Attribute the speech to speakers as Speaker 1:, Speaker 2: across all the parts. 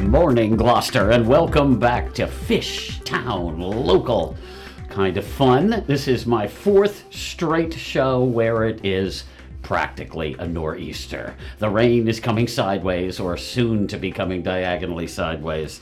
Speaker 1: morning, Gloucester, and welcome back to Fish Town Local. Kind of fun. This is my fourth straight show where it is practically a nor'easter. The rain is coming sideways, or soon to be coming diagonally sideways.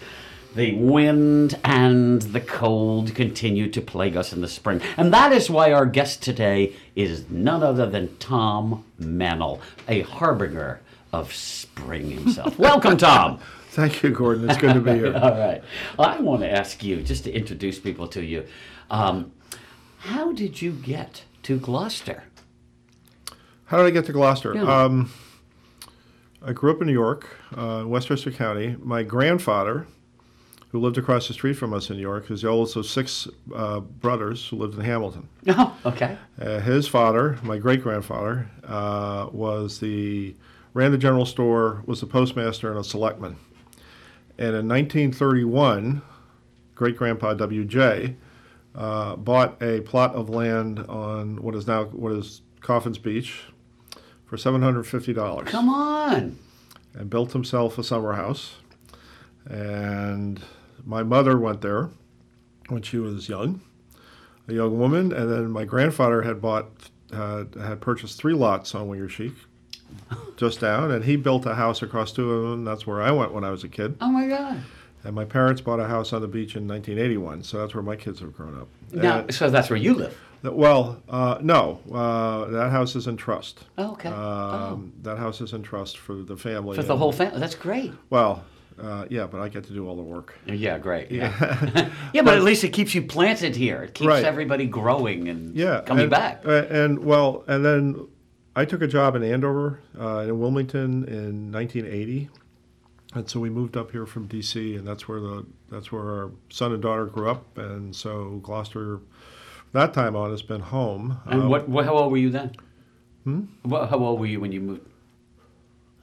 Speaker 1: The wind and the cold continue to plague us in the spring. And that is why our guest today is none other than Tom Mannell, a harbinger of spring himself. Welcome, Tom.
Speaker 2: Thank you, Gordon. It's good to be here.
Speaker 1: All right. Well, I want to ask you, just to introduce people to you, um, how did you get to Gloucester?
Speaker 2: How did I get to Gloucester?
Speaker 1: Yeah.
Speaker 2: Um, I grew up in New York, uh, Westchester County. My grandfather, who lived across the street from us in New York, is the oldest of six uh, brothers who lived in Hamilton.
Speaker 1: Oh, okay.
Speaker 2: Uh, his father, my great grandfather, uh, was the ran the general store, was the postmaster, and a selectman. And in 1931, great grandpa W.J. Uh, bought a plot of land on what is now what is Coffins Beach for $750
Speaker 1: Come on.
Speaker 2: and built himself a summer house. And my mother went there when she was young, a young woman. And then my grandfather had bought, uh, had purchased three lots on Wingersheek, just down, and he built a house across two of them. That's where I went when I was a kid.
Speaker 1: Oh my God.
Speaker 2: And my parents bought a house on the beach in 1981, so that's where my kids have grown up.
Speaker 1: Now,
Speaker 2: And-
Speaker 1: so that's where you live.
Speaker 2: well, uh, no, uh, that house is in trust.
Speaker 1: Oh, okay.
Speaker 2: Um, That house is in trust for the family.
Speaker 1: oh, for the
Speaker 2: and-
Speaker 1: whole family. That's great.
Speaker 2: well, uh, yeah, but I get to do all the work.
Speaker 1: Yeah, great. Yeah. yeah, but at least it keeps you planted here. It keeps
Speaker 2: Right.
Speaker 1: everybody growing and
Speaker 2: Yeah,
Speaker 1: coming
Speaker 2: and,
Speaker 1: back.
Speaker 2: uh, And well, and then I took a job in Andover, uh, in Wilmington, in 1980, and so we moved up here from D.C. and that's where the that's where our son and daughter grew up, and so Gloucester, from that time on, has been home.
Speaker 1: And
Speaker 2: Um,
Speaker 1: what, what? How old were you then? Hmm. What, how old were you when you moved?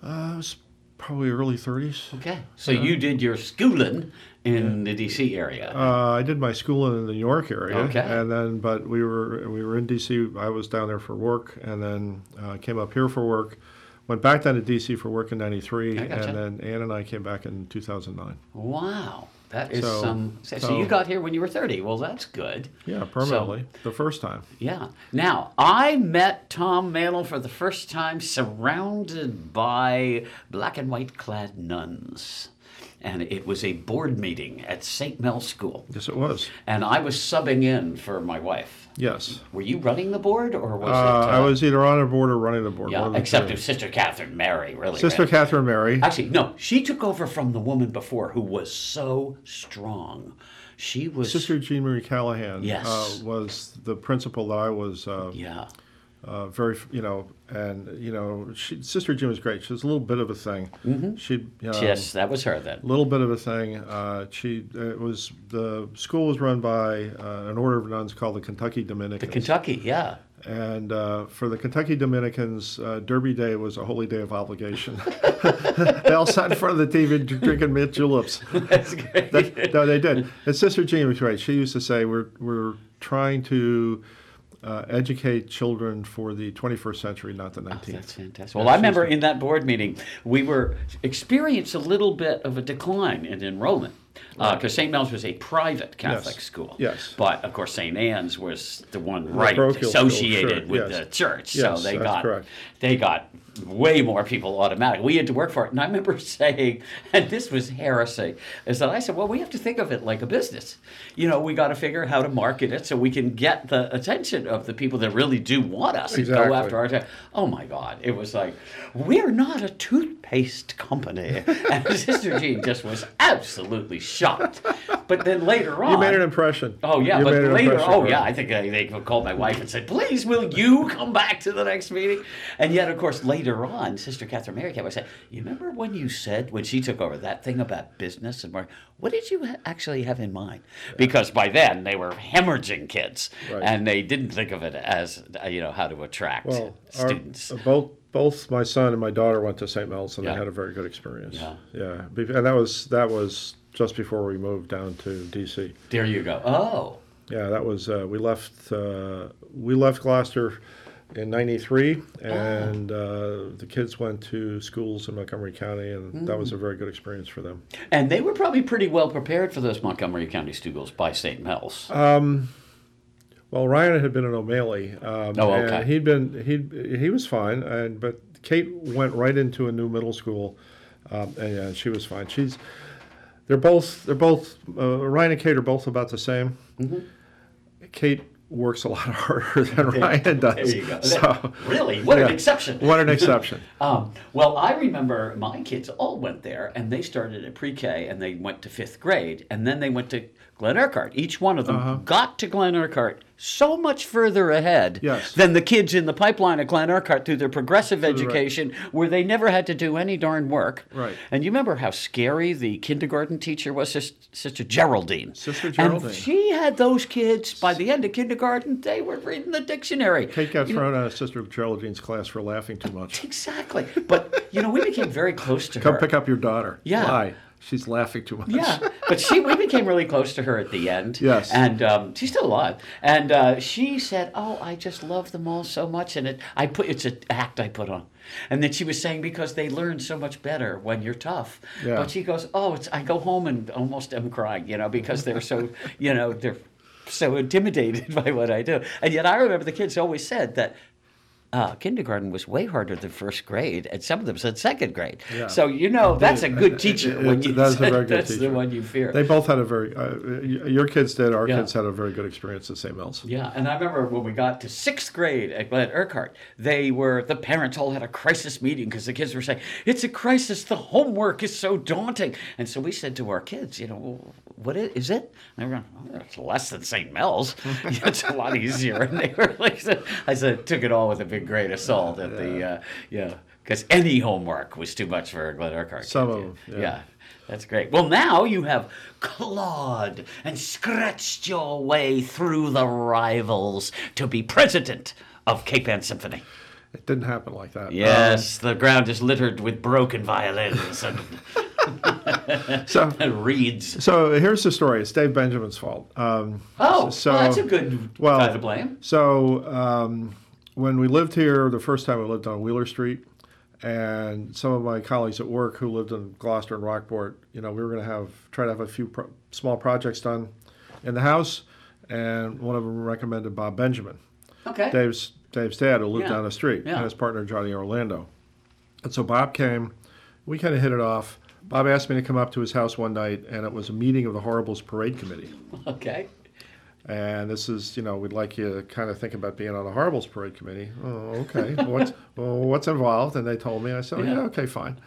Speaker 2: uh, it was probably early 30s.
Speaker 1: Okay. So you did your schooling in the D.C. area.
Speaker 2: Uh, I did my schooling in the New York area,
Speaker 1: Okay.
Speaker 2: and then but we were we were in D.C. I was down there for work, and then uh, came up here for work. Went back down to D.C. for work in '93,
Speaker 1: I gotcha.
Speaker 2: and then Ann and I came back in 2009.
Speaker 1: Wow, that is
Speaker 2: So-
Speaker 1: some. So, so
Speaker 2: so-
Speaker 1: you got here when you were 30. Well, that's good.
Speaker 2: Yeah, permanently the first time.
Speaker 1: Yeah. Now, I met Tom Mantle for the first time surrounded by black and white clad nuns. And it was a board meeting at St. Mel School.
Speaker 2: Yes, it was.
Speaker 1: And I was subbing in for my wife.
Speaker 2: Yes,
Speaker 1: Were you running the board or was
Speaker 2: uh,
Speaker 1: it?
Speaker 2: I
Speaker 1: uh,
Speaker 2: was either on a board or running the board. one
Speaker 1: Yeah,
Speaker 2: of the
Speaker 1: except
Speaker 2: two.
Speaker 1: if Sister Catherine Mary really.
Speaker 2: Sister
Speaker 1: ran.
Speaker 2: Catherine Mary.
Speaker 1: Actually, no, she took over from the woman before who was so strong. She was.
Speaker 2: Sister Jean Marie Callahan
Speaker 1: Yes.
Speaker 2: uh, was the principal that I was uh,
Speaker 1: Yeah.
Speaker 2: uh, very, you know, and you know, she, Sister Jim was great. She was a little bit of a thing. She,
Speaker 1: Mm-hmm. yes, that was her then.
Speaker 2: a little bit of a thing. Uh, she uh, it was the school was run by uh, an order of nuns called the Kentucky
Speaker 1: The
Speaker 2: Dominicans,
Speaker 1: Kentucky, yeah.
Speaker 2: and uh, for the Kentucky Dominicans, uh, Derby Day was a holy day of obligation. they all sat in front of the TV dr- drinking mint juleps.
Speaker 1: That's great.
Speaker 2: That- no, they did. And Sister Jean was right. She used to say, "We're we're trying to." Uh, educate children for the 21st century, not the 19th.
Speaker 1: Oh, That's fantastic. Well, I remember in that board meeting, we were experienced a little bit of a decline in enrollment Uh, because St. Mel's was a private Catholic
Speaker 2: Yes.
Speaker 1: school.
Speaker 2: Yes.
Speaker 1: But of course, St. Anne's was the one right
Speaker 2: parochial school,
Speaker 1: associated
Speaker 2: sure,
Speaker 1: with
Speaker 2: yes.
Speaker 1: the church, so
Speaker 2: Yes,
Speaker 1: they
Speaker 2: that's
Speaker 1: got
Speaker 2: correct.
Speaker 1: they got way more people automatic. We had to work for it, and I remember saying, and this was heresy, is that I said, well, we have to think of it like a business. You know, we got to figure out how to market it so we can get the attention of the people that really do want us and go
Speaker 2: Exactly.
Speaker 1: after our attention. Oh my God! It was like we're not a toothpaste company, and Sister Jean just was absolutely shocked. But then later on,
Speaker 2: You made an impression.
Speaker 1: Oh yeah,
Speaker 2: you
Speaker 1: but
Speaker 2: made an
Speaker 1: later,
Speaker 2: impression,
Speaker 1: oh
Speaker 2: right.
Speaker 1: yeah, I think I, they called my wife and said, "Please, will you come back to the next meeting?" And yet, of course, later on, Sister Catherine Mary came. I said, "You remember when you said when she took over that thing about business and mark? What did you ha- actually have in mind?" Because by then they were hemorrhaging kids,
Speaker 2: Right.
Speaker 1: and they didn't think of it as uh, you know how to attract
Speaker 2: Well, our-
Speaker 1: students.
Speaker 2: uh, both both my son and my daughter went to St. Mel's, and
Speaker 1: Yeah.
Speaker 2: they had a very good experience.
Speaker 1: Yeah.
Speaker 2: yeah, Be- and that was that was just before we moved down to D.C.
Speaker 1: there you go. Oh,
Speaker 2: Yeah, that was uh, we left uh, we left Gloucester in 93
Speaker 1: Oh.
Speaker 2: and uh, the kids went to schools in montgomery county and that
Speaker 1: Mm.
Speaker 2: was a very good experience for them
Speaker 1: And they were probably pretty well prepared for those Montgomery County schools by St. Mel's.
Speaker 2: Uh, well ryan had been in o'malley um,
Speaker 1: Oh,
Speaker 2: and
Speaker 1: okay.
Speaker 2: he'd been he he was fine and but kate went right into a new middle school um, and yeah, she was fine she's they're both they're both uh, ryan and kate are both about the same
Speaker 1: Mm-hmm.
Speaker 2: kate works a lot harder than ryan does
Speaker 1: there you go.
Speaker 2: so
Speaker 1: really? What an
Speaker 2: yeah.
Speaker 1: exception.
Speaker 2: what an exception
Speaker 1: Um, well, I remember my kids all went there, and they started at pre-K, and they went to fifth grade, and then they went to Glen Urquhart. Each one of them
Speaker 2: Uh-huh.
Speaker 1: got to Glen Urquhart so much further ahead
Speaker 2: Yes.
Speaker 1: than the kids in the pipeline at Glen Urquhart through their progressive education, where they never had to do any darn work.
Speaker 2: Right.
Speaker 1: And you remember how scary the kindergarten teacher was, Sis- Sister Geraldine.
Speaker 2: Sister Geraldine.
Speaker 1: And she had those kids by the end of kindergarten; they were reading the dictionary.
Speaker 2: Kate got thrown out of Sister Geraldine's class for laughing too much.
Speaker 1: Exactly. But you know, we became very close to
Speaker 2: Come
Speaker 1: her.
Speaker 2: pick up your daughter.
Speaker 1: Yeah.
Speaker 2: Why? She's laughing too much.
Speaker 1: Yeah, but she we became really close to her at the end.
Speaker 2: Yes.
Speaker 1: and um, she's still alive. And uh, she said, "Oh, I just love them all so much." And it, I put it's an act I put on. And then she was saying because they learn so much better when you're tough.
Speaker 2: Yeah.
Speaker 1: But she goes, "Oh, it's I go home and almost am crying, you know, because they're so, you know, they're so intimidated by what I do." And yet I remember the kids always said that. Uh, kindergarten was way harder than first grade, and some of them said second grade.
Speaker 2: Yeah.
Speaker 1: So you know that's a good teacher
Speaker 2: it-
Speaker 1: when
Speaker 2: it-
Speaker 1: you
Speaker 2: that's a very good
Speaker 1: that's the
Speaker 2: teacher.
Speaker 1: one you fear.
Speaker 2: They both had a very, uh, y- your kids did, our
Speaker 1: Yeah.
Speaker 2: kids had a very good experience at St. Mel's.
Speaker 1: Yeah, and I remember when we got to sixth grade at Glen Urquhart, they were the parents all had a crisis meeting because the kids were saying it's a crisis. The homework is so daunting, and so we said to our kids, you know, "Well, what is, is it? And they were going, oh, it's less than St. Mel's. it's a lot easier. And they were like, I said, took it all with a big grain of salt at the, uh, yeah, because any homework was too much for a Glen Urquhart.
Speaker 2: Some
Speaker 1: kid,
Speaker 2: of 'em, yeah.
Speaker 1: yeah. That's great. Well, now you have clawed and scratched your way through the rivals to be president of Cape Ann Symphony.
Speaker 2: It didn't happen like that.
Speaker 1: Yes, the ground is littered with broken violins and,
Speaker 2: Um, so,
Speaker 1: and reeds.
Speaker 2: so here's the story. It's Dave Benjamin's fault. Um,
Speaker 1: Oh,
Speaker 2: so
Speaker 1: well, that's a good
Speaker 2: well,
Speaker 1: guy to blame.
Speaker 2: So um, when we lived here, the first time we lived on Wheeler Street, and some of my colleagues at work who lived in Gloucester and Rockport, you know, we were going to have try to have a few pro- small projects done in the house, and one of them recommended Bob Benjamin,
Speaker 1: Okay.
Speaker 2: Dave's Dave's dad, who lived
Speaker 1: Yeah.
Speaker 2: down the street,
Speaker 1: Yeah.
Speaker 2: and his partner Johnny Orlando, and so Bob came. We kind of hit it off. Bob asked me to come up to his house one night, and it was a meeting of the Horribles Parade Committee.
Speaker 1: Okay.
Speaker 2: And this is, you know, we'd like you to kind of think about being on the Horribles Parade Committee. Oh, okay. what's, well, what's involved? And they told me. I said, oh, yeah.
Speaker 1: Yeah.
Speaker 2: okay, fine.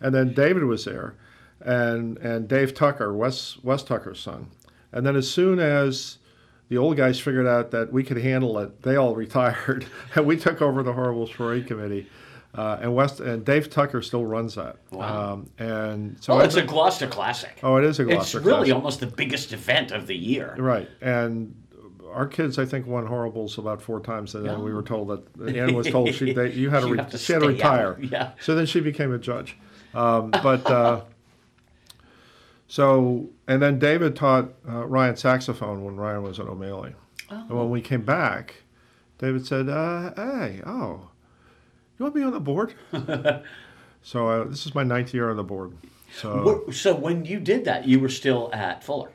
Speaker 2: And then David was there, and and Dave Tucker, Wes Wes Tucker's son. And then as soon as the old guys figured out that we could handle it, they all retired, and we took over the Horribles Parade Committee. Uh, and West and Dave Tucker still runs that.
Speaker 1: Wow.
Speaker 2: Um, and so
Speaker 1: Well,
Speaker 2: I
Speaker 1: it's a
Speaker 2: think-
Speaker 1: Gloucester classic.
Speaker 2: oh, it is a
Speaker 1: it's
Speaker 2: Gloucester
Speaker 1: really
Speaker 2: classic.
Speaker 1: almost the biggest event of the year.
Speaker 2: Right, and our kids, I think, won horribles about four times, and then we were told that Anne was told she they, you had to
Speaker 1: You
Speaker 2: re-
Speaker 1: have to
Speaker 2: she had to
Speaker 1: stay out,
Speaker 2: retire.
Speaker 1: yeah.
Speaker 2: So then she became a judge, um, but uh, so and then David taught uh, Ryan saxophone when Ryan was at O'Malley, and
Speaker 1: Oh.
Speaker 2: when we came back, David said, uh, "Hey, oh, you want to be on the board?" so uh, this is my ninth year on the board. So
Speaker 1: Wh- So when you did that, you were still at Fuller,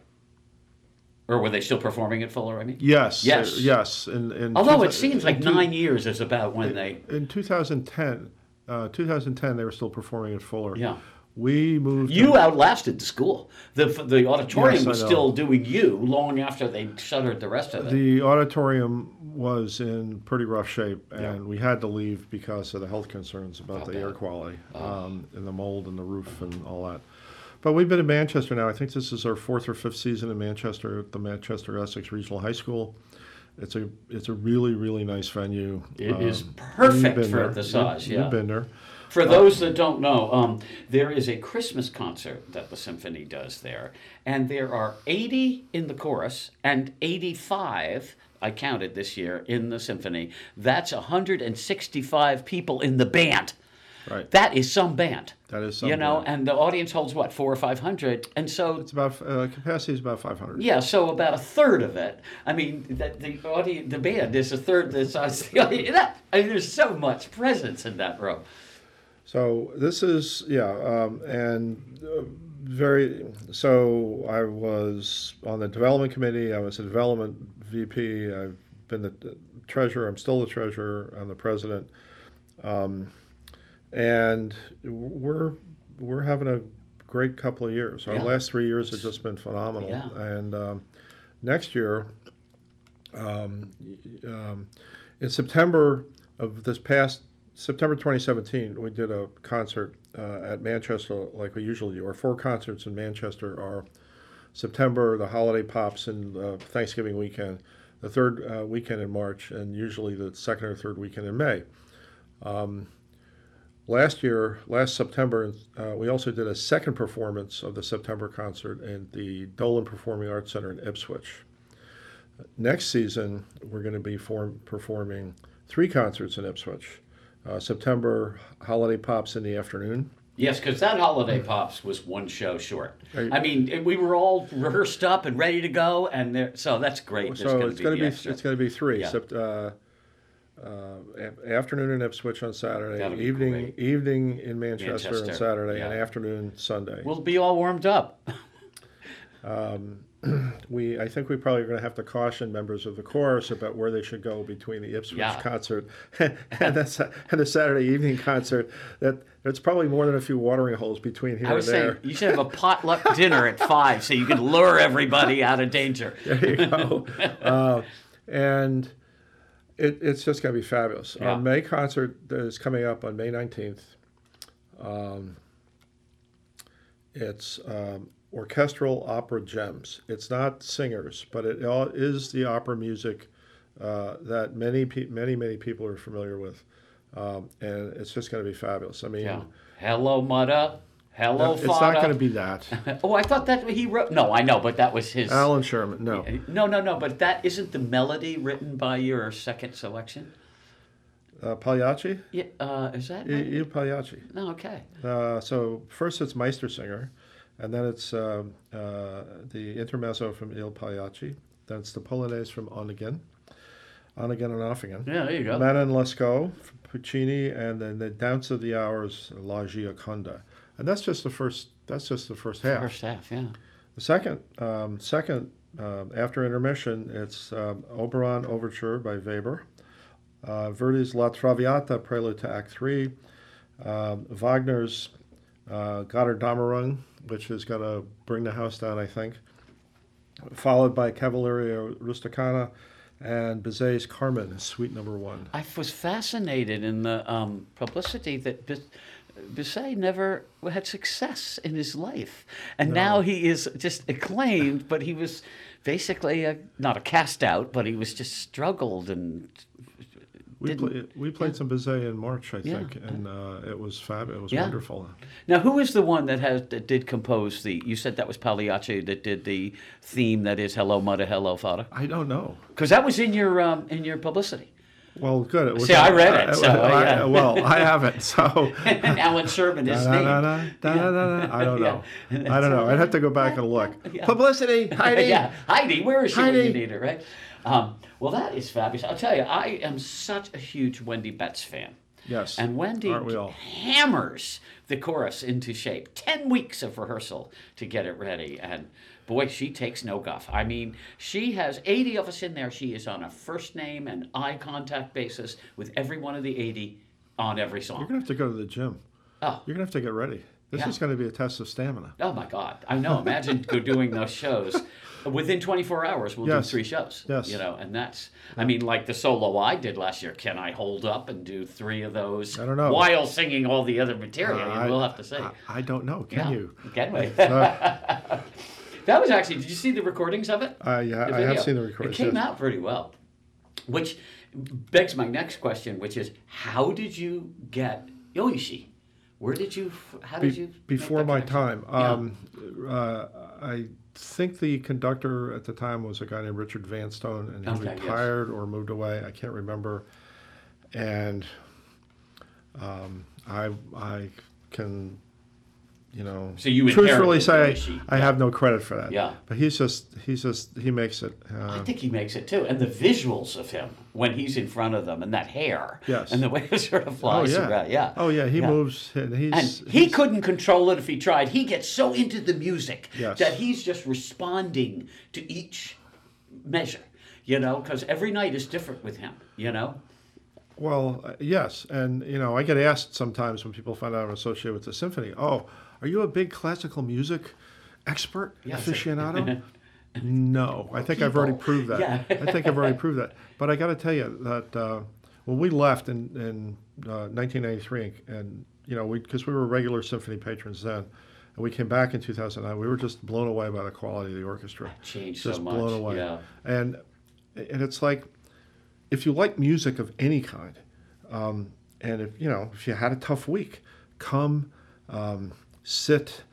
Speaker 1: or were they still performing at Fuller? I mean,
Speaker 2: yes,
Speaker 1: Yes.
Speaker 2: uh, yes, and, and
Speaker 1: Although it seems like nine years is about when they.
Speaker 2: in 2010, uh, 2010 they were still performing at Fuller.
Speaker 1: Yeah.
Speaker 2: We moved.
Speaker 1: You outlasted the school. The the auditorium
Speaker 2: Yes, I
Speaker 1: was
Speaker 2: know.
Speaker 1: still doing you long after they shuttered the rest of it.
Speaker 2: the auditorium was in pretty rough shape, and we had to leave because of the health concerns about the air quality
Speaker 1: Uh-huh.
Speaker 2: um, and the mold and the roof and all that. But we've been in Manchester now. I think this is our fourth or fifth season in Manchester at the Manchester Essex Regional High School. It's a it's a really really nice venue.
Speaker 1: It
Speaker 2: Um,
Speaker 1: is
Speaker 2: you've
Speaker 1: perfect
Speaker 2: been
Speaker 1: for
Speaker 2: there.
Speaker 1: the size.
Speaker 2: You-
Speaker 1: yeah.
Speaker 2: You've been there. uh,
Speaker 1: For those that don't know, um, there is a Christmas concert that the symphony does there, and there are 80 in the chorus and 85. I counted this year in the symphony. That's 165 people in the band.
Speaker 2: Right.
Speaker 1: That is some band.
Speaker 2: That is some
Speaker 1: You know,
Speaker 2: band.
Speaker 1: and the audience holds what four or five hundred, and so
Speaker 2: It's about uh, capacity is about 500.
Speaker 1: yeah, so about a third of it. I mean, that the audience, the band is a third the size of the audience. That, I mean, there's so much presence in that room.
Speaker 2: So this is yeah, um, and uh, very. So I was on the development committee. I was a development VP. I've been the treasurer. I'm still the treasurer. I'm the president, um, and we're we're having a great couple of years. Our
Speaker 1: Yeah.
Speaker 2: last three years have just been phenomenal,
Speaker 1: Yeah.
Speaker 2: and um, next year um, in September of this past September 2017, we did a concert uh, at Manchester, like we usually do. Our four concerts in Manchester are September, the holiday pops, and uh, Thanksgiving weekend, the third uh, weekend in March, and usually the second or third weekend in May. Um, last year, last September, uh, we also did a second performance of the September concert at the Dolan Performing Arts Center in Ipswich next season, we're going to be form, performing three concerts in Ipswich. Uh, September holiday pops in the afternoon.
Speaker 1: Yes, because that holiday pops was one show short.
Speaker 2: Mm. Right.
Speaker 1: I mean, it- we were all rehearsed up and ready to go, and there, so that's great. There's
Speaker 2: so
Speaker 1: gonna
Speaker 2: it's going
Speaker 1: the
Speaker 2: to be
Speaker 1: extra.
Speaker 2: it's going to be three.
Speaker 1: Yeah.
Speaker 2: Sept, uh, uh, a- afternoon in Ipswich on Saturday,
Speaker 1: That'll be
Speaker 2: evening
Speaker 1: great.
Speaker 2: evening in Manchester,
Speaker 1: Manchester,
Speaker 2: on Saturday, and
Speaker 1: yeah.
Speaker 2: afternoon Sunday.
Speaker 1: we'll be all warmed up.
Speaker 2: we I think we probably are going to have to caution members of the chorus about where they should go between the Ipswich
Speaker 1: Yeah.
Speaker 2: concert and that's and the Saturday evening concert. That there's probably more than a few watering holes between here
Speaker 1: I
Speaker 2: and
Speaker 1: was saying
Speaker 2: there.
Speaker 1: you should have a potluck dinner at five, so you can lure everybody out of danger.
Speaker 2: There you go. uh, and it, it's just going to be fabulous.
Speaker 1: Yeah.
Speaker 2: Our May concert that is coming up on May 19th. Um, it's um, orchestral opera gems. It's not singers, but it all is the opera music uh, that many, pe- many, many people are familiar with. Um, and it's just going to be fabulous. I mean,
Speaker 1: Yeah. Hello, Mutta. Hello,
Speaker 2: it's not
Speaker 1: Fada.
Speaker 2: going to be that.
Speaker 1: Oh, I thought that he wrote. No, I know, but that was his.
Speaker 2: Alan Sherman, no.
Speaker 1: No, no, no, but that isn't the melody written by your second selection.
Speaker 2: Uh, Pagliacci?
Speaker 1: Yeah, uh, is that?
Speaker 2: I-
Speaker 1: right?
Speaker 2: I- Pagliacci.
Speaker 1: No, okay.
Speaker 2: Uh, so first it's Meistersinger, and then it's um uh, the intermezzo from Il Pagliacci. Then it's the Polonaise from On Again, On Again and Off Again.
Speaker 1: Yeah, there you go.
Speaker 2: Manon Lescaut from Puccini, and then the Dance of the Hours, La Gioconda. And that's just the first. That's just the first half.
Speaker 1: First half, yeah.
Speaker 2: The second, um, second um, after intermission, it's um, Oberon Overture by Weber, uh, Verdi's La Traviata Prelude to Act Three, um, Wagner's uh, Gotterdammerung, which is going to bring the house down, I think, followed by Cavalleria Rusticana and Bizet's Carmen, Suite Number One.
Speaker 1: I was fascinated in the um, publicity that Bis- Bisset never had success in his life, and now he is just acclaimed. But he was basically a, not a cast out, but he was just struggled and
Speaker 2: We,
Speaker 1: Didn't-
Speaker 2: play, we played some Bizet in March, I
Speaker 1: Yeah.
Speaker 2: think, and uh, it was fabulous. It was
Speaker 1: Yeah.
Speaker 2: wonderful.
Speaker 1: Now, who is the one that has that did compose the? You said that was Pagliacci that did the theme that is "Hello, Mother, Hello, Father,"
Speaker 2: I don't know.
Speaker 1: because that was in your um, in your publicity.
Speaker 2: Well, good. It was
Speaker 1: See, I read it, so,
Speaker 2: I-
Speaker 1: yeah.
Speaker 2: Well, I haven't. So
Speaker 1: And Alan Sherman is
Speaker 2: Da,
Speaker 1: named.
Speaker 2: da, da, da, da, da, da. I don't know. I don't know. I'd have to go back and look.
Speaker 1: Yeah.
Speaker 2: Publicity, Heidi.
Speaker 1: yeah, Heidi, where is she when you
Speaker 2: Heidi.
Speaker 1: need her, right? Um, well, that is fabulous. I'll tell you, I am such a huge Wendy Betts fan.
Speaker 2: Yes,
Speaker 1: And Wendy
Speaker 2: aren't we all?
Speaker 1: hammers the chorus into shape. Ten weeks of rehearsal to get it ready. And boy, she takes no guff. I mean, she has 80 of us in there. She is on a first name and eye contact basis with every one of the 80 on every
Speaker 2: You're
Speaker 1: song.
Speaker 2: gonna have to go to the gym.
Speaker 1: Oh.
Speaker 2: You're gonna have to get ready. This
Speaker 1: Yeah.
Speaker 2: is gonna be a test of stamina.
Speaker 1: Oh my God! I know. Imagine go doing those shows within 24 hours. We'll do
Speaker 2: Yes.
Speaker 1: three shows.
Speaker 2: Yes.
Speaker 1: You know, and that's. I mean, like the solo I did last year. Can I hold up and do three of those?
Speaker 2: I don't know.
Speaker 1: While singing all the other material,
Speaker 2: I-
Speaker 1: we'll have to see.
Speaker 2: I, I don't know. Can
Speaker 1: Yeah.
Speaker 2: you?
Speaker 1: Can we? that was actually. Did you see the recordings of it?
Speaker 2: Uh, yeah,
Speaker 1: The
Speaker 2: I have
Speaker 1: video.
Speaker 2: seen the recording.
Speaker 1: It came out pretty well, which begs my next question, which is, how did you get Yoishi? Where did you? How did you? make
Speaker 2: before
Speaker 1: that
Speaker 2: my
Speaker 1: connection?
Speaker 2: time. Um, uh, I think the conductor at the time was a guy named Richard Vanstone, and he
Speaker 1: Okay, yes.
Speaker 2: retired or moved away. I can't remember. And um, I I can, you know,
Speaker 1: So you inherited
Speaker 2: truthfully
Speaker 1: the
Speaker 2: say
Speaker 1: machine.
Speaker 2: I have no credit for that.
Speaker 1: Yeah.
Speaker 2: But he's just he's just he makes it. Uh,
Speaker 1: I think he makes it too. And the visuals of him when he's in front of them and that hair.
Speaker 2: Yes.
Speaker 1: And the way it sort of
Speaker 2: oh
Speaker 1: flies
Speaker 2: yeah.
Speaker 1: around. Yeah.
Speaker 2: Oh yeah. He moves and
Speaker 1: And
Speaker 2: he's
Speaker 1: he couldn't control it if he tried. He gets so into the music
Speaker 2: Yes.
Speaker 1: that he's just responding to each measure, you know, because every night is different with him, you know?
Speaker 2: Well, uh, yes, and you know, I get asked sometimes when people find out I'm associated with the symphony. Oh, are you a big classical music expert,
Speaker 1: Yes.
Speaker 2: aficionado? no, I think I've already
Speaker 1: people.
Speaker 2: proved that.
Speaker 1: Yeah.
Speaker 2: I think I've already proved that. But I got to tell you that uh, when we left in in uh, 1993, and you know, we because we were regular symphony patrons then. And we came back in 2009. We were just blown away by the quality of the orchestra.
Speaker 1: Changed so
Speaker 2: just
Speaker 1: much,
Speaker 2: blown away.
Speaker 1: yeah.
Speaker 2: And and it's like if you like music of any kind, um, and if you know if you had a tough week, come, um, sit,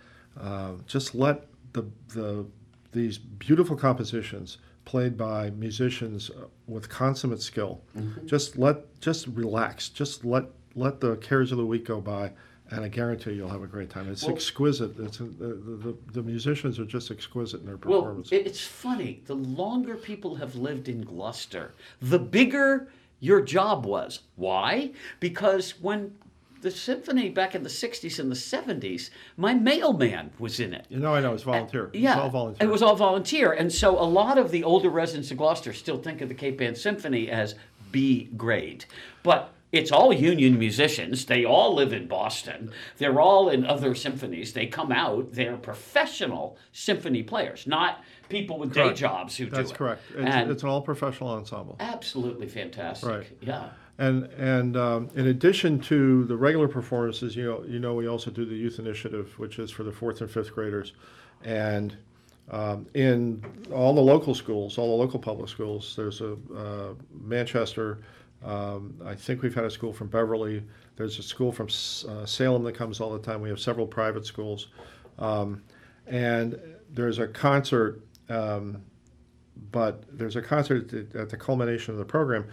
Speaker 2: uh, just let the the these beautiful compositions played by musicians uh, with consummate skill,
Speaker 1: Mm-hmm.
Speaker 2: just let just relax, just let let the cares of the week go by. And I guarantee you'll have a great time. It's exquisite. It's uh, the, the, the musicians are just exquisite in their
Speaker 1: Well,
Speaker 2: performance.
Speaker 1: it, it's funny. The longer people have lived in Gloucester, the bigger your job was. Why? Because when the symphony back in the 60s and the 70s, my mailman was in it.
Speaker 2: you know, I know it's volunteer.
Speaker 1: Uh, Yeah,
Speaker 2: it's all volunteer.
Speaker 1: It was all volunteer, and so a lot of the older residents of Gloucester still think of the Cape Ann Symphony as B grade, but it's all union musicians. They all live in Boston. They're all in other symphonies. They come out. They're professional symphony players, not people with day
Speaker 2: Correct.
Speaker 1: jobs who do it.
Speaker 2: That's correct. It's,
Speaker 1: and
Speaker 2: it's an all professional ensemble.
Speaker 1: absolutely fantastic.
Speaker 2: Right.
Speaker 1: Yeah.
Speaker 2: And and um, in addition to the regular performances, you know, you know, we also do the youth initiative, which is for the fourth and fifth graders, and um, in all the local schools, all the local public schools, there's a uh, Manchester. Um, I think we've had a school from Beverly. There's a school from S- uh, Salem that comes all the time. We have several private schools, um, and there's a concert um, but there's a concert at the, at the culmination of the program.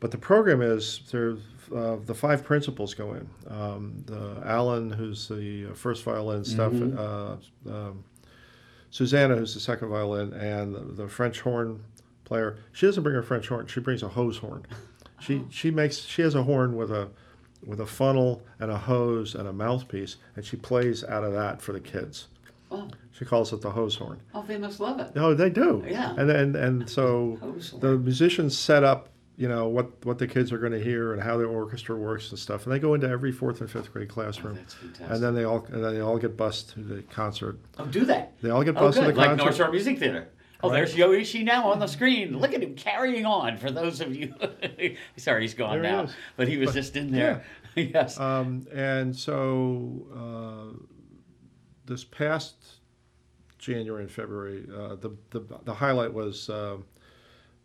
Speaker 2: But the program is there. Uh, the five principals go in. Um, the Alan, who's the uh, first violin, Stefan, uh, um, Susanna, who's the second violin, and the, the French horn player. She doesn't bring her French horn. She brings a hose horn. She she makes she has a horn with a with a funnel and a hose and a mouthpiece, and she plays out of that for the kids.
Speaker 1: Oh,
Speaker 2: She calls it the hose horn.
Speaker 1: oh, they must love it.
Speaker 2: No, they do.
Speaker 1: Yeah.
Speaker 2: And and and so
Speaker 1: Hose
Speaker 2: the musicians set up, you know, what what the kids are going to hear and how the orchestra works and stuff. And they go into every fourth and fifth grade classroom.
Speaker 1: That's
Speaker 2: and
Speaker 1: fantastic.
Speaker 2: then they all and then they all get bused to the concert.
Speaker 1: Oh, do that.
Speaker 2: They all get
Speaker 1: Oh,
Speaker 2: bused to
Speaker 1: good.
Speaker 2: the
Speaker 1: Like
Speaker 2: concert.
Speaker 1: North Shore Music Theater. Oh, there's Yoichi now on the screen. Look at him carrying on. For those of you, sorry, he's gone
Speaker 2: There he
Speaker 1: now,
Speaker 2: is.
Speaker 1: but he was just in there. yes.
Speaker 2: Um, and so uh, this past January and February, uh, the, the the highlight was uh,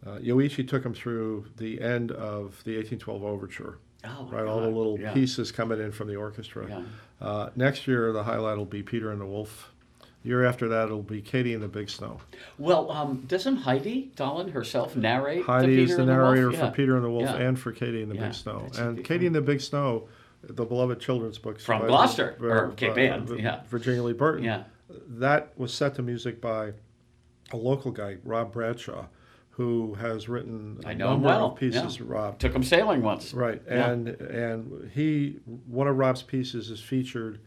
Speaker 2: uh, Yoichi took him through the end of the 1812 overture.
Speaker 1: oh, my
Speaker 2: right? All the
Speaker 1: God.
Speaker 2: little
Speaker 1: Yeah.
Speaker 2: pieces coming in from the orchestra.
Speaker 1: Yeah.
Speaker 2: Uh, next year, the highlight will be Peter and the Wolf. The year after that, it'll be Katie and the Big Snow.
Speaker 1: Well, um, doesn't Heidi Dolan herself narrate?
Speaker 2: Heidi
Speaker 1: the
Speaker 2: is
Speaker 1: Peter
Speaker 2: the
Speaker 1: and Wolf?
Speaker 2: narrator
Speaker 1: Yeah.
Speaker 2: for Peter and the Wolf
Speaker 1: Yeah.
Speaker 2: and for Katie and the
Speaker 1: Yeah,
Speaker 2: Big Snow.
Speaker 1: that should
Speaker 2: And
Speaker 1: be
Speaker 2: Katie and the Big Snow, the beloved children's book
Speaker 1: From
Speaker 2: by
Speaker 1: Gloucester,
Speaker 2: Vir-
Speaker 1: or
Speaker 2: Vir-
Speaker 1: Cape Ann,
Speaker 2: Vir-
Speaker 1: yeah.
Speaker 2: Virginia Lee Burton.
Speaker 1: Yeah.
Speaker 2: That was set to music by a local guy, Rob Bradshaw, who has written a
Speaker 1: I know him
Speaker 2: number
Speaker 1: well.
Speaker 2: of pieces.
Speaker 1: yeah.
Speaker 2: Rob
Speaker 1: took him sailing once.
Speaker 2: Right,
Speaker 1: Yeah.
Speaker 2: and and he one of Rob's pieces is featured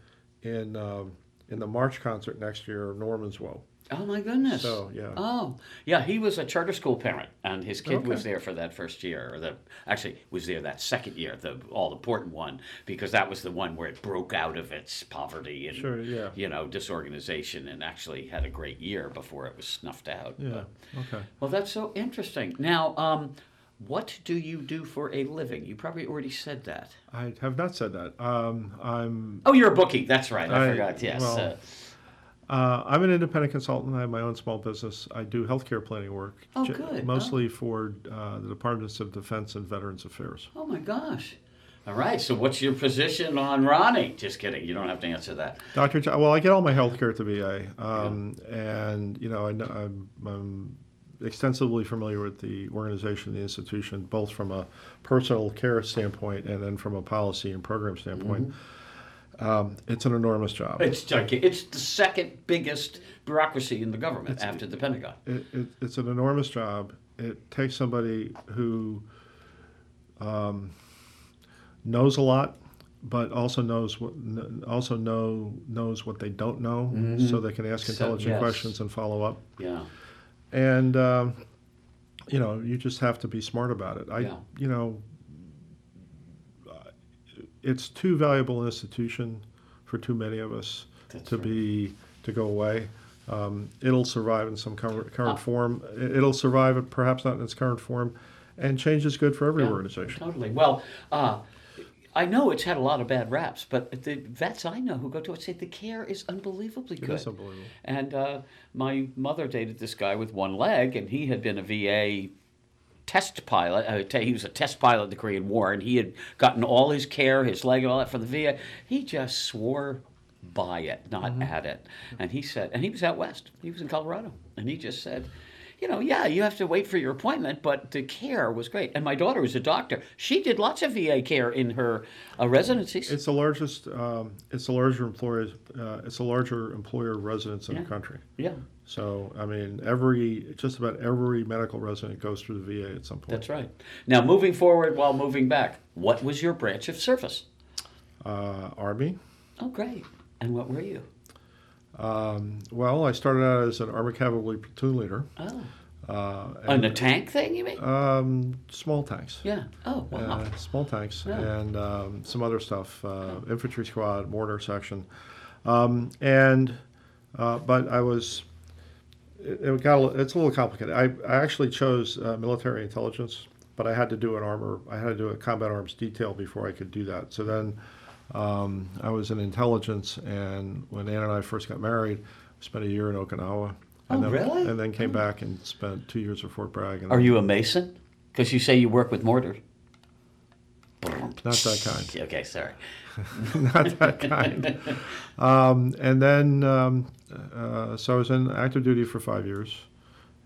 Speaker 2: in um, in the March concert next year, Norman's Woe.
Speaker 1: Oh my goodness.
Speaker 2: So, yeah.
Speaker 1: Oh yeah, he was a charter school parent, and his kid was there for that first year, or the actually was there that second year, the all important one, because that was the one where it broke out of its poverty and
Speaker 2: Sure, yeah.
Speaker 1: you know disorganization, and actually had a great year before it was snuffed out.
Speaker 2: Yeah, okay.
Speaker 1: Well, that's so interesting. Now, um, what do you do for a living? You probably already said that.
Speaker 2: I have not said that. Um, I'm
Speaker 1: Oh, you're a bookie. That's right. I,
Speaker 2: I-
Speaker 1: forgot. Yes.
Speaker 2: well,
Speaker 1: uh,
Speaker 2: uh, I'm an independent consultant. I have my own small business. I do healthcare planning work,
Speaker 1: Oh,
Speaker 2: ge-
Speaker 1: good.
Speaker 2: mostly for uh, the Departments of Defense and Veterans Affairs.
Speaker 1: Oh my gosh. All right, so what's your position on Ronnie? Just kidding, you don't have to answer that.
Speaker 2: Doctor, well, I get all my health care at the VA, um, and you know, I, know- I'm, I'm extensively familiar with the organization, the institution, both from a personal care standpoint and then from a policy and program standpoint.
Speaker 1: Mm-hmm.
Speaker 2: Um, it's an enormous job.
Speaker 1: It's gigantic. It's the second biggest bureaucracy in the government after the Pentagon.
Speaker 2: it, it, it's an enormous job. It takes somebody who um, knows a lot, but also knows what kn- also know knows what they don't know, so they can ask
Speaker 1: Mm-hmm. So,
Speaker 2: intelligent
Speaker 1: yes.
Speaker 2: questions and follow up.
Speaker 1: Yeah.
Speaker 2: And um, you know, you just have to be smart about it. I,
Speaker 1: Yeah.
Speaker 2: you know, uh, it's too valuable an institution for too many of us
Speaker 1: That's
Speaker 2: to
Speaker 1: right.
Speaker 2: be to go away. Um, it'll survive in some current, current form. I- It'll survive, perhaps not in its current form, and change is good for every
Speaker 1: Yeah,
Speaker 2: organization.
Speaker 1: Totally. Well, uh, I know it's had a lot of bad raps, but the vets I know who go to it say the care is unbelievably good.
Speaker 2: It is unbelievable.
Speaker 1: And uh, my mother dated this guy with one leg, and he had been a VA test pilot. Uh, t- he was a test pilot in the Korean War, and he had gotten all his care, his leg, and all that from the VA. He just swore by it, not at it. And he said, and he was out west. He was in Colorado, and he just said. You know, yeah, you have to wait for your appointment, but the care was great. And my daughter was a doctor. She did lots of VA care in her uh, residencies.
Speaker 2: It's the largest. Um, it's the larger employer. Uh, it's the larger employer of residents in
Speaker 1: Yeah.
Speaker 2: the country.
Speaker 1: yeah,
Speaker 2: So I mean, every just about every medical resident goes through the VA at some point.
Speaker 1: that's right. Now, moving forward while moving back, what was your branch of service?
Speaker 2: Uh, Army.
Speaker 1: Oh, great. And what were you?
Speaker 2: Um, Well, I started out as an Army Cavalry platoon leader.
Speaker 1: Oh,
Speaker 2: Uh,
Speaker 1: on
Speaker 2: and,
Speaker 1: the tank thing, you mean?
Speaker 2: um, small tanks.
Speaker 1: yeah. Oh, wow.
Speaker 2: Uh, small tanks
Speaker 1: Yeah.
Speaker 2: and um, some other stuff, uh, infantry squad, mortar section, um, and uh, but I was it, it got a, li- it's a little complicated. I, I actually chose uh, military intelligence, but I had to do an armor I had to do a combat arms detail before I could do that. So then um, I was in intelligence, and when Ann and I first got married, we spent a year in Okinawa. And
Speaker 1: Oh,
Speaker 2: then,
Speaker 1: really?
Speaker 2: And then came back and spent two years at Fort Bragg. And
Speaker 1: Are you a mason? Because you say you work with mortar.
Speaker 2: not that kind?
Speaker 1: Okay, sorry.
Speaker 2: not that kind. Um, and then, um, uh, so I was in active duty for five years.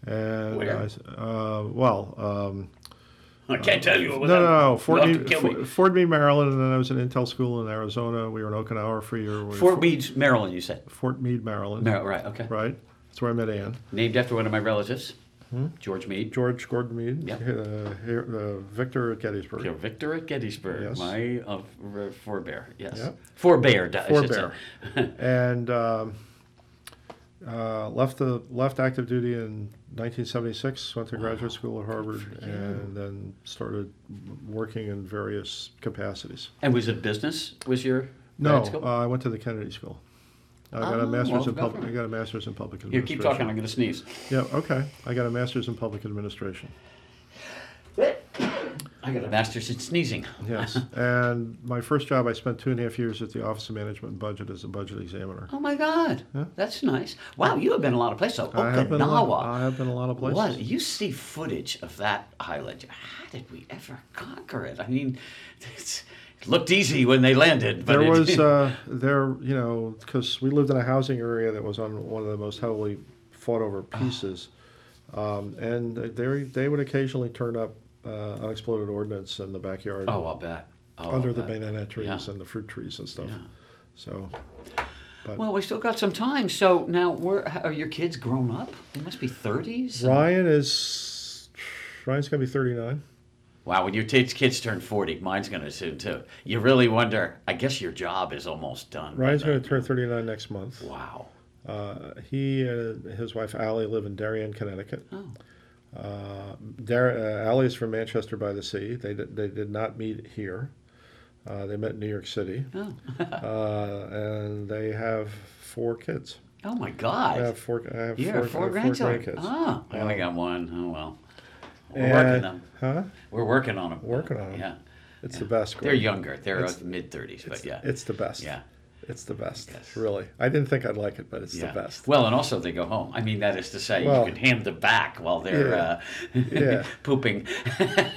Speaker 2: And
Speaker 1: Where?
Speaker 2: I s uh, well, um,
Speaker 1: I can't tell you.
Speaker 2: no, no, no, Fort,
Speaker 1: Meade,
Speaker 2: Meade, Fort, Fort Meade, Maryland, and then I was in Intel School in Arizona. We were in Okinawa for a year. We-
Speaker 1: Fort Meade, Maryland, you said.
Speaker 2: Fort Meade, Maryland.
Speaker 1: No, right, okay.
Speaker 2: Right. That's where I met Ann.
Speaker 1: Named after one of my relatives,
Speaker 2: Hmm?
Speaker 1: George Meade.
Speaker 2: George Gordon Meade,
Speaker 1: Yeah.
Speaker 2: uh, here- uh, Victor at Gettysburg.
Speaker 1: Your Victor at Gettysburg,
Speaker 2: Yes.
Speaker 1: my uh, re- forebear, yes.
Speaker 2: Yeah.
Speaker 1: Forebear, di- I should say.
Speaker 2: Forebear. and um, uh, left the left active duty in 1976. Went to graduate school at Harvard, and then started working in various capacities.
Speaker 1: And was it business? Was your
Speaker 2: No,
Speaker 1: grad school?
Speaker 2: uh, I went to the Kennedy School. I got
Speaker 1: Oh,
Speaker 2: a master's in
Speaker 1: well,
Speaker 2: public. I got a master's in public
Speaker 1: Here, keep
Speaker 2: administration.
Speaker 1: talking. I'm going to sneeze.
Speaker 2: Yeah, okay. I got a master's in public administration.
Speaker 1: I got a master's in sneezing.
Speaker 2: Yes, and my first job, I spent two and a half years at the Office of Management and Budget as a budget examiner.
Speaker 1: Oh my God, that's nice. Wow, you have been a lot of places. though.
Speaker 2: I have been a
Speaker 1: Okinawa.
Speaker 2: lot, I have been a lot of places.
Speaker 1: What you see footage of that island? How did we ever conquer it? I mean, it's, it looked easy when they landed, but
Speaker 2: there
Speaker 1: it-
Speaker 2: was uh, there you know because we lived in a housing area that was on one of the most heavily fought over
Speaker 1: Ah.
Speaker 2: pieces um, and they they would occasionally turn up uh, unexploded ordnance in the backyard
Speaker 1: oh, I'll bet. Oh, I'll
Speaker 2: under the
Speaker 1: bet.
Speaker 2: banana trees
Speaker 1: Yeah.
Speaker 2: and the fruit trees and stuff so
Speaker 1: Well, we still got some time. So now, where are your kids grown up? They must be thirties.
Speaker 2: ryan is ryan's going to be 39
Speaker 1: Wow, when your t- kids turn forty, mine's going to soon too. You really wonder. I guess your job is almost done. by
Speaker 2: ryan's
Speaker 1: then.
Speaker 2: going to turn 39 next month
Speaker 1: Wow.
Speaker 2: uh, he and his wife allie live in darien connecticut
Speaker 1: Oh.
Speaker 2: Uh, Dar- uh, Ally is from Manchester by the Sea. They, did- they did not meet here. Uh, they met in New York City.
Speaker 1: Oh.
Speaker 2: uh, and they have four kids.
Speaker 1: Oh my
Speaker 2: I
Speaker 1: God.
Speaker 2: have four, I have
Speaker 1: Yeah,
Speaker 2: four,
Speaker 1: four,
Speaker 2: I have four
Speaker 1: grandchildren.
Speaker 2: grandkids.
Speaker 1: Ah, I only got one. Oh well, we're
Speaker 2: And-
Speaker 1: working them.
Speaker 2: Huh?
Speaker 1: We're working on them.
Speaker 2: Working on 'em.
Speaker 1: Yeah,
Speaker 2: It's the best.
Speaker 1: they're
Speaker 2: Gordon.
Speaker 1: younger. They're mid thirties, but yeah,
Speaker 2: It's the best.
Speaker 1: yeah,
Speaker 2: It's the best.
Speaker 1: Yes.
Speaker 2: Really. I didn't think I'd like it, but it's
Speaker 1: yeah.
Speaker 2: the best.
Speaker 1: Well, and also they go home. I mean, that is to say,
Speaker 2: Well,
Speaker 1: you can hand them back while they're uh,
Speaker 2: yeah.
Speaker 1: pooping.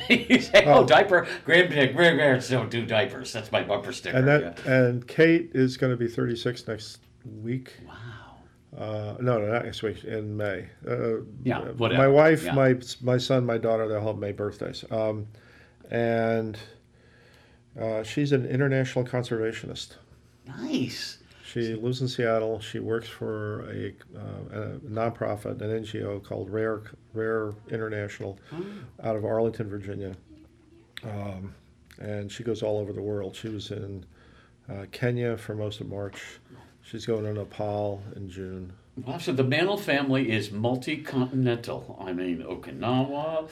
Speaker 1: you say, "Oh, diaper, grand grandparents don't do diapers." That's my bumper sticker.
Speaker 2: and that and Kate is going to be 36 next week.
Speaker 1: yeah. Wow.
Speaker 2: Uh, no, no, not next week. In May. Uh,
Speaker 1: Yeah,
Speaker 2: uh, My
Speaker 1: whatever,
Speaker 2: wife,
Speaker 1: yeah.
Speaker 2: my my son, my daughter. They'll have May birthdays. Um, and uh, she's an international conservationist.
Speaker 1: Nice.
Speaker 2: She lives in Seattle. She works for a, uh, a nonprofit, an NGO called Rare Rare International,
Speaker 1: Hmm.
Speaker 2: out of Arlington, Virginia. Um, and she goes all over the world. She was in uh, Kenya for most of March. She's going to Nepal in June.
Speaker 1: Wow, so the Mantle family is multi-continental. I mean, Okinawa.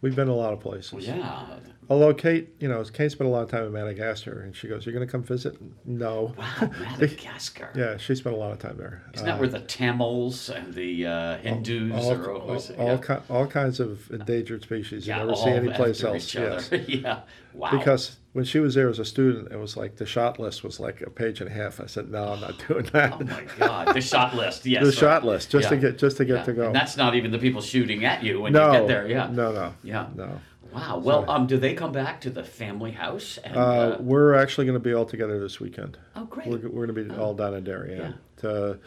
Speaker 2: We've been a lot of places.
Speaker 1: Yeah.
Speaker 2: Although Kate, you know, Kate spent a lot of time in Madagascar, and she goes, "You're going to come visit?" No.
Speaker 1: Wow, Madagascar.
Speaker 2: Yeah, she spent a lot of time there.
Speaker 1: Isn't that
Speaker 2: Uh,
Speaker 1: where the Tamils and the uh, Hindus
Speaker 2: all,
Speaker 1: are always?
Speaker 2: all, all, ki- all kinds of endangered species you never see
Speaker 1: all
Speaker 2: anyplace
Speaker 1: after
Speaker 2: else.
Speaker 1: each
Speaker 2: yes.
Speaker 1: other. yeah. Wow.
Speaker 2: Because when she was there as a student, it was like the shot list was like a page and a half. I said, "No, I'm not doing that."
Speaker 1: oh my God, the shot list. Yes.
Speaker 2: the
Speaker 1: right.
Speaker 2: shot list, just to
Speaker 1: Yeah.
Speaker 2: get just to get
Speaker 1: Yeah.
Speaker 2: to go.
Speaker 1: And that's not even the people shooting at you when
Speaker 2: no,
Speaker 1: you get there. Yeah.
Speaker 2: no, no,
Speaker 1: Yeah.
Speaker 2: no.
Speaker 1: Wow. Well, um, do they come back to the family house? And,
Speaker 2: Uh,
Speaker 1: uh,
Speaker 2: we're actually going to be all together this weekend.
Speaker 1: oh, great.
Speaker 2: We're, we're going to be all down in Darien.
Speaker 1: Yeah.
Speaker 2: To,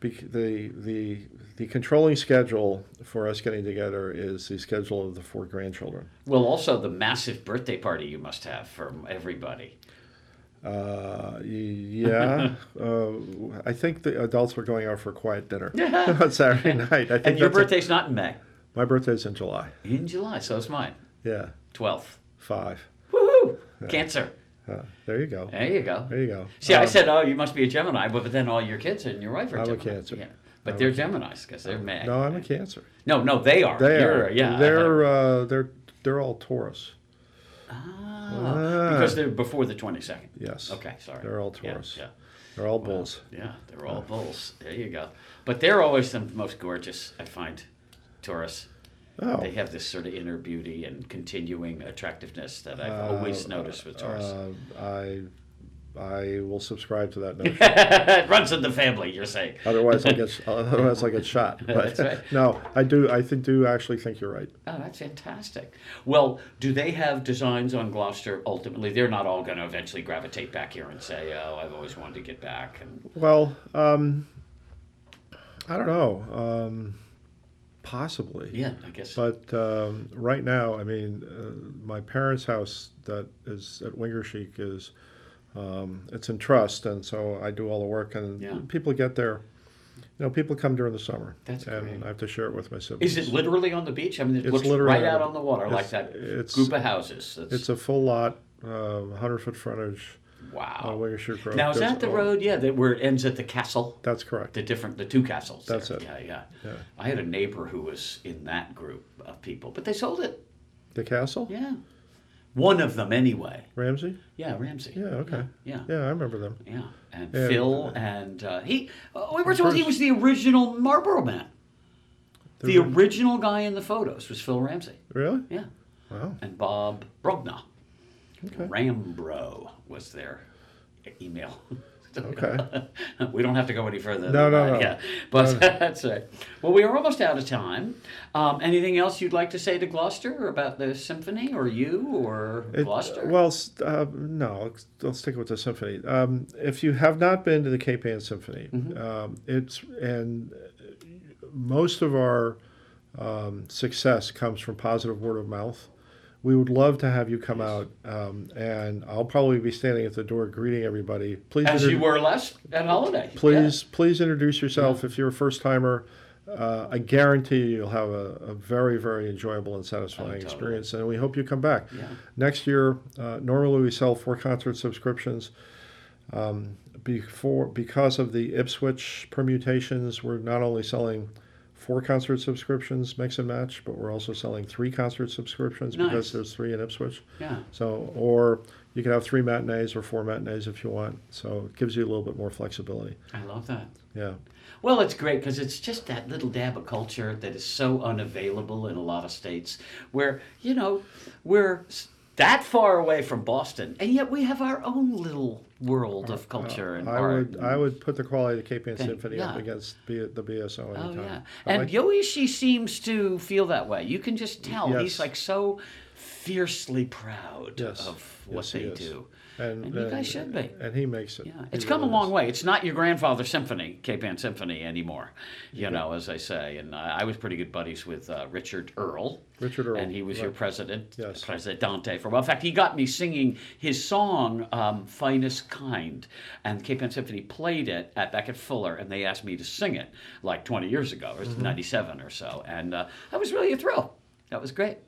Speaker 2: be, the the the controlling schedule for us getting together is the schedule of the four grandchildren.
Speaker 1: Well, also the massive birthday party you must have from everybody.
Speaker 2: Uh, y- yeah, uh, I think the adults were going out for a quiet dinner on Saturday night. I think
Speaker 1: And your
Speaker 2: that's a-
Speaker 1: birthday's not in May,
Speaker 2: my birthday's in July.
Speaker 1: in July, so it's mine.
Speaker 2: Yeah,
Speaker 1: 12th.
Speaker 2: five.
Speaker 1: Woohoo! Cancer.
Speaker 2: Uh, there you go.
Speaker 1: There you go.
Speaker 2: There you go.
Speaker 1: See, I said, oh, you must be a Gemini, but, but then all your kids and your wife are
Speaker 2: um, I'm a
Speaker 1: Gemini.
Speaker 2: Cancer.
Speaker 1: Yeah. But they're Geminis because they're May.
Speaker 2: No, I'm a Cancer.
Speaker 1: no, no, they are.
Speaker 2: They
Speaker 1: You're-
Speaker 2: are.
Speaker 1: Yeah. I had-
Speaker 2: They're uh, they're they're all Taurus.
Speaker 1: Ah, because they're before the 22nd.
Speaker 2: Yes.
Speaker 1: Okay, sorry.
Speaker 2: They're all
Speaker 1: Yeah,
Speaker 2: Taurus.
Speaker 1: Yeah.
Speaker 2: They're all bulls.
Speaker 1: Yeah, they're all bulls. There you go. But they're always the most gorgeous, I find, Taurus.
Speaker 2: Oh,
Speaker 1: They have this sort of inner beauty and continuing attractiveness that I've always noticed with Taurus.
Speaker 2: uh, I I will subscribe to that notion.
Speaker 1: it runs in the family, you're saying.
Speaker 2: otherwise, I get otherwise I get shot. But
Speaker 1: That's right.
Speaker 2: no, I do. I think do actually think you're right.
Speaker 1: Oh, that's fantastic. Well, do they have designs on Gloucester ultimately? They're not all going to eventually gravitate back here and say, oh, I've always wanted to get back. And
Speaker 2: Well, um, I don't know. Um, possibly.
Speaker 1: yeah, I guess.
Speaker 2: But um, right now, I mean, uh, my parents' house that is at Wingersheek is um, it's in trust, and so I do all the work, and
Speaker 1: Yeah.
Speaker 2: people get there. You know, people come during the summer,
Speaker 1: That's
Speaker 2: and
Speaker 1: great.
Speaker 2: I have to share it with my
Speaker 1: is
Speaker 2: siblings.
Speaker 1: it literally on the beach? I mean, it
Speaker 2: It's
Speaker 1: looks
Speaker 2: literally
Speaker 1: right
Speaker 2: on
Speaker 1: out
Speaker 2: the-
Speaker 1: on the water like
Speaker 2: it's-
Speaker 1: that
Speaker 2: it's-
Speaker 1: group of houses. That's,
Speaker 2: It's a full lot, uh, hundred foot frontage on
Speaker 1: wow.
Speaker 2: Wingersheek Road.
Speaker 1: Oh. Now, is
Speaker 2: Goes
Speaker 1: that the
Speaker 2: all-
Speaker 1: road, yeah, that where it ends at the castle?
Speaker 2: That's correct.
Speaker 1: the different the two castles. there.
Speaker 2: That's it.
Speaker 1: Yeah, yeah,
Speaker 2: Yeah.
Speaker 1: I had a neighbor who was in that group of people, but they sold it.
Speaker 2: The castle,
Speaker 1: Yeah, one of them anyway.
Speaker 2: Ramsey.
Speaker 1: Yeah, Ramsey.
Speaker 2: Yeah. Okay.
Speaker 1: Yeah.
Speaker 2: Yeah, I remember them.
Speaker 1: Yeah, and
Speaker 2: Yeah.
Speaker 1: Phil and uh, he. Oh, we were told he was the original Marlboro Man. The, original guy in the photos was Phil Ramsey.
Speaker 2: Really?
Speaker 1: Yeah,
Speaker 2: Wow.
Speaker 1: and Bob Brogna.
Speaker 2: Okay.
Speaker 1: Rambro was their email.
Speaker 2: Okay.
Speaker 1: we don't have to go any further. than
Speaker 2: No, no,
Speaker 1: that,
Speaker 2: no.
Speaker 1: Yeah, but that's right. Well, we are almost out of time. Um, anything else you'd like to say to Gloucester or about the symphony, or you, or
Speaker 2: It-
Speaker 1: Gloucester?
Speaker 2: Well, s- uh, no, I'll stick with the symphony. Um, if you have not been to the Cape Ann Symphony,
Speaker 1: Mm-hmm.
Speaker 2: um, it's and uh, most of our um, success comes from positive word of mouth. We would love to have you come out, um, and I'll probably be standing at the door greeting everybody. Please,
Speaker 1: As
Speaker 2: inter-
Speaker 1: you were last at holiday. Yeah.
Speaker 2: please, please introduce yourself if you're a first timer. Uh, I guarantee you you'll have a, a very, very enjoyable and satisfying
Speaker 1: Oh, totally.
Speaker 2: experience, and we hope you come back.
Speaker 1: Yeah.
Speaker 2: Next year, uh, normally we sell four concert subscriptions. Um, before, because of the Ipswich permutations, we're not only selling four concert subscriptions, mix and match, but we're also selling three concert subscriptions
Speaker 1: Nice.
Speaker 2: because there's three in Ipswich.
Speaker 1: Yeah.
Speaker 2: So, or you can have three matinees or four matinees if you want. So it gives you a little bit more flexibility.
Speaker 1: I love that.
Speaker 2: Yeah.
Speaker 1: Well, it's great because it's just that little dab of culture that is so unavailable in a lot of states where, you know, we're s- that far away from Boston and yet we have our own little world of culture and
Speaker 2: I
Speaker 1: art.
Speaker 2: would I would put the quality of the Cape Ann Symphony up
Speaker 1: yeah.
Speaker 2: against B, the BSO
Speaker 1: oh,
Speaker 2: anytime.
Speaker 1: yeah.
Speaker 2: I
Speaker 1: And
Speaker 2: like-
Speaker 1: Yoichi seems to feel that way. You can just tell. He's
Speaker 2: Yes.
Speaker 1: like so fiercely proud
Speaker 2: Yes.
Speaker 1: of what
Speaker 2: Yes, he
Speaker 1: they
Speaker 2: is.
Speaker 1: do.
Speaker 2: And,
Speaker 1: And you guys should be.
Speaker 2: And he makes it.
Speaker 1: Yeah,
Speaker 2: He
Speaker 1: it's come
Speaker 2: really
Speaker 1: a long
Speaker 2: does.
Speaker 1: way. It's not your grandfather's symphony, Cape Ann Symphony anymore, you know, as I say. And I, I was pretty good buddies with uh, Richard Earl.
Speaker 2: Richard Earl,
Speaker 1: And he was your
Speaker 2: right.
Speaker 1: president,
Speaker 2: Yes.
Speaker 1: presidente for a while. In fact, he got me singing his song, um, Finest Kind. And Cape Ann Symphony played it at, back at Fuller, and they asked me to sing it like 20 years ago, or
Speaker 2: Mm-hmm.
Speaker 1: 97 or so. And uh, that was really a thrill. That was great.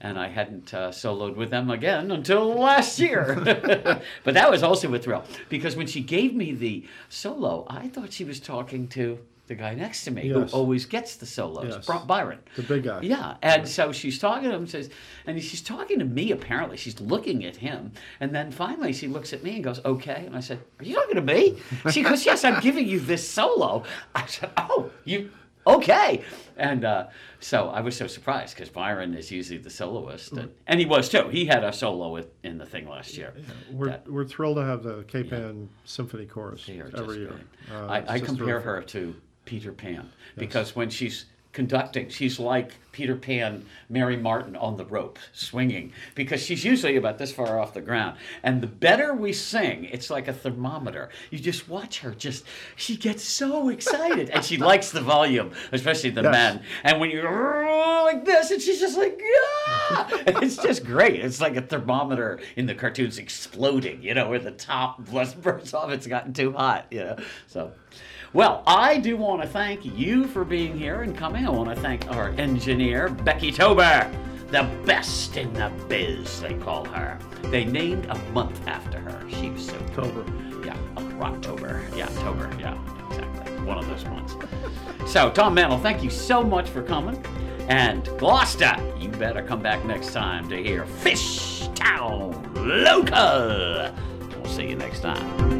Speaker 1: And I hadn't uh, soloed with them again until last year. but that was also a thrill because when she gave me the solo, I thought she was talking to the guy next to me
Speaker 2: Yes.
Speaker 1: who always gets the solos,
Speaker 2: Yes.
Speaker 1: Bro- Byron.
Speaker 2: The big guy.
Speaker 1: Yeah, and so she's talking to him, says, and she's talking to me. Apparently, she's looking at him, and then finally she looks at me and goes, "Okay." And I said, "Are you talking to me?" She goes, "Yes, I'm giving you this solo." I said, "Oh, you." Okay, and uh, so I was so surprised because Byron is usually the soloist, and, and he was too. He had a solo with, in the thing last year.
Speaker 2: We're,
Speaker 1: That-
Speaker 2: we're thrilled to have the Cape Ann Symphony Chorus
Speaker 1: they are just
Speaker 2: every year.
Speaker 1: great.
Speaker 2: Uh, it's
Speaker 1: I, I
Speaker 2: just
Speaker 1: compare
Speaker 2: terrific.
Speaker 1: her to Peter Pan because when she's conducting, she's like Peter Pan, Mary Martin on the rope, swinging, because she's usually about this far off the ground. And the better we sing, it's like a thermometer. You just watch her, just, she gets so excited. and she likes the volume, especially the
Speaker 2: Yes.
Speaker 1: men. And when you like this, and she's just like, ah! it's just great. It's like a thermometer in the cartoons exploding, you know, where the top just bursts off. It's gotten too hot, you know. So, well, I do want to thank you for being here and coming. I want to thank our engineer, Becky Tober, the best in the biz, they call her. They named a month after her. She was so cool.
Speaker 2: Tober.
Speaker 1: Yeah, oh, October. Yeah, October. Yeah, exactly. One of those ones. so, Tom Mantle, thank you so much for coming. And Gloucester, you better come back next time to hear Fish Town Local. We'll see you next time.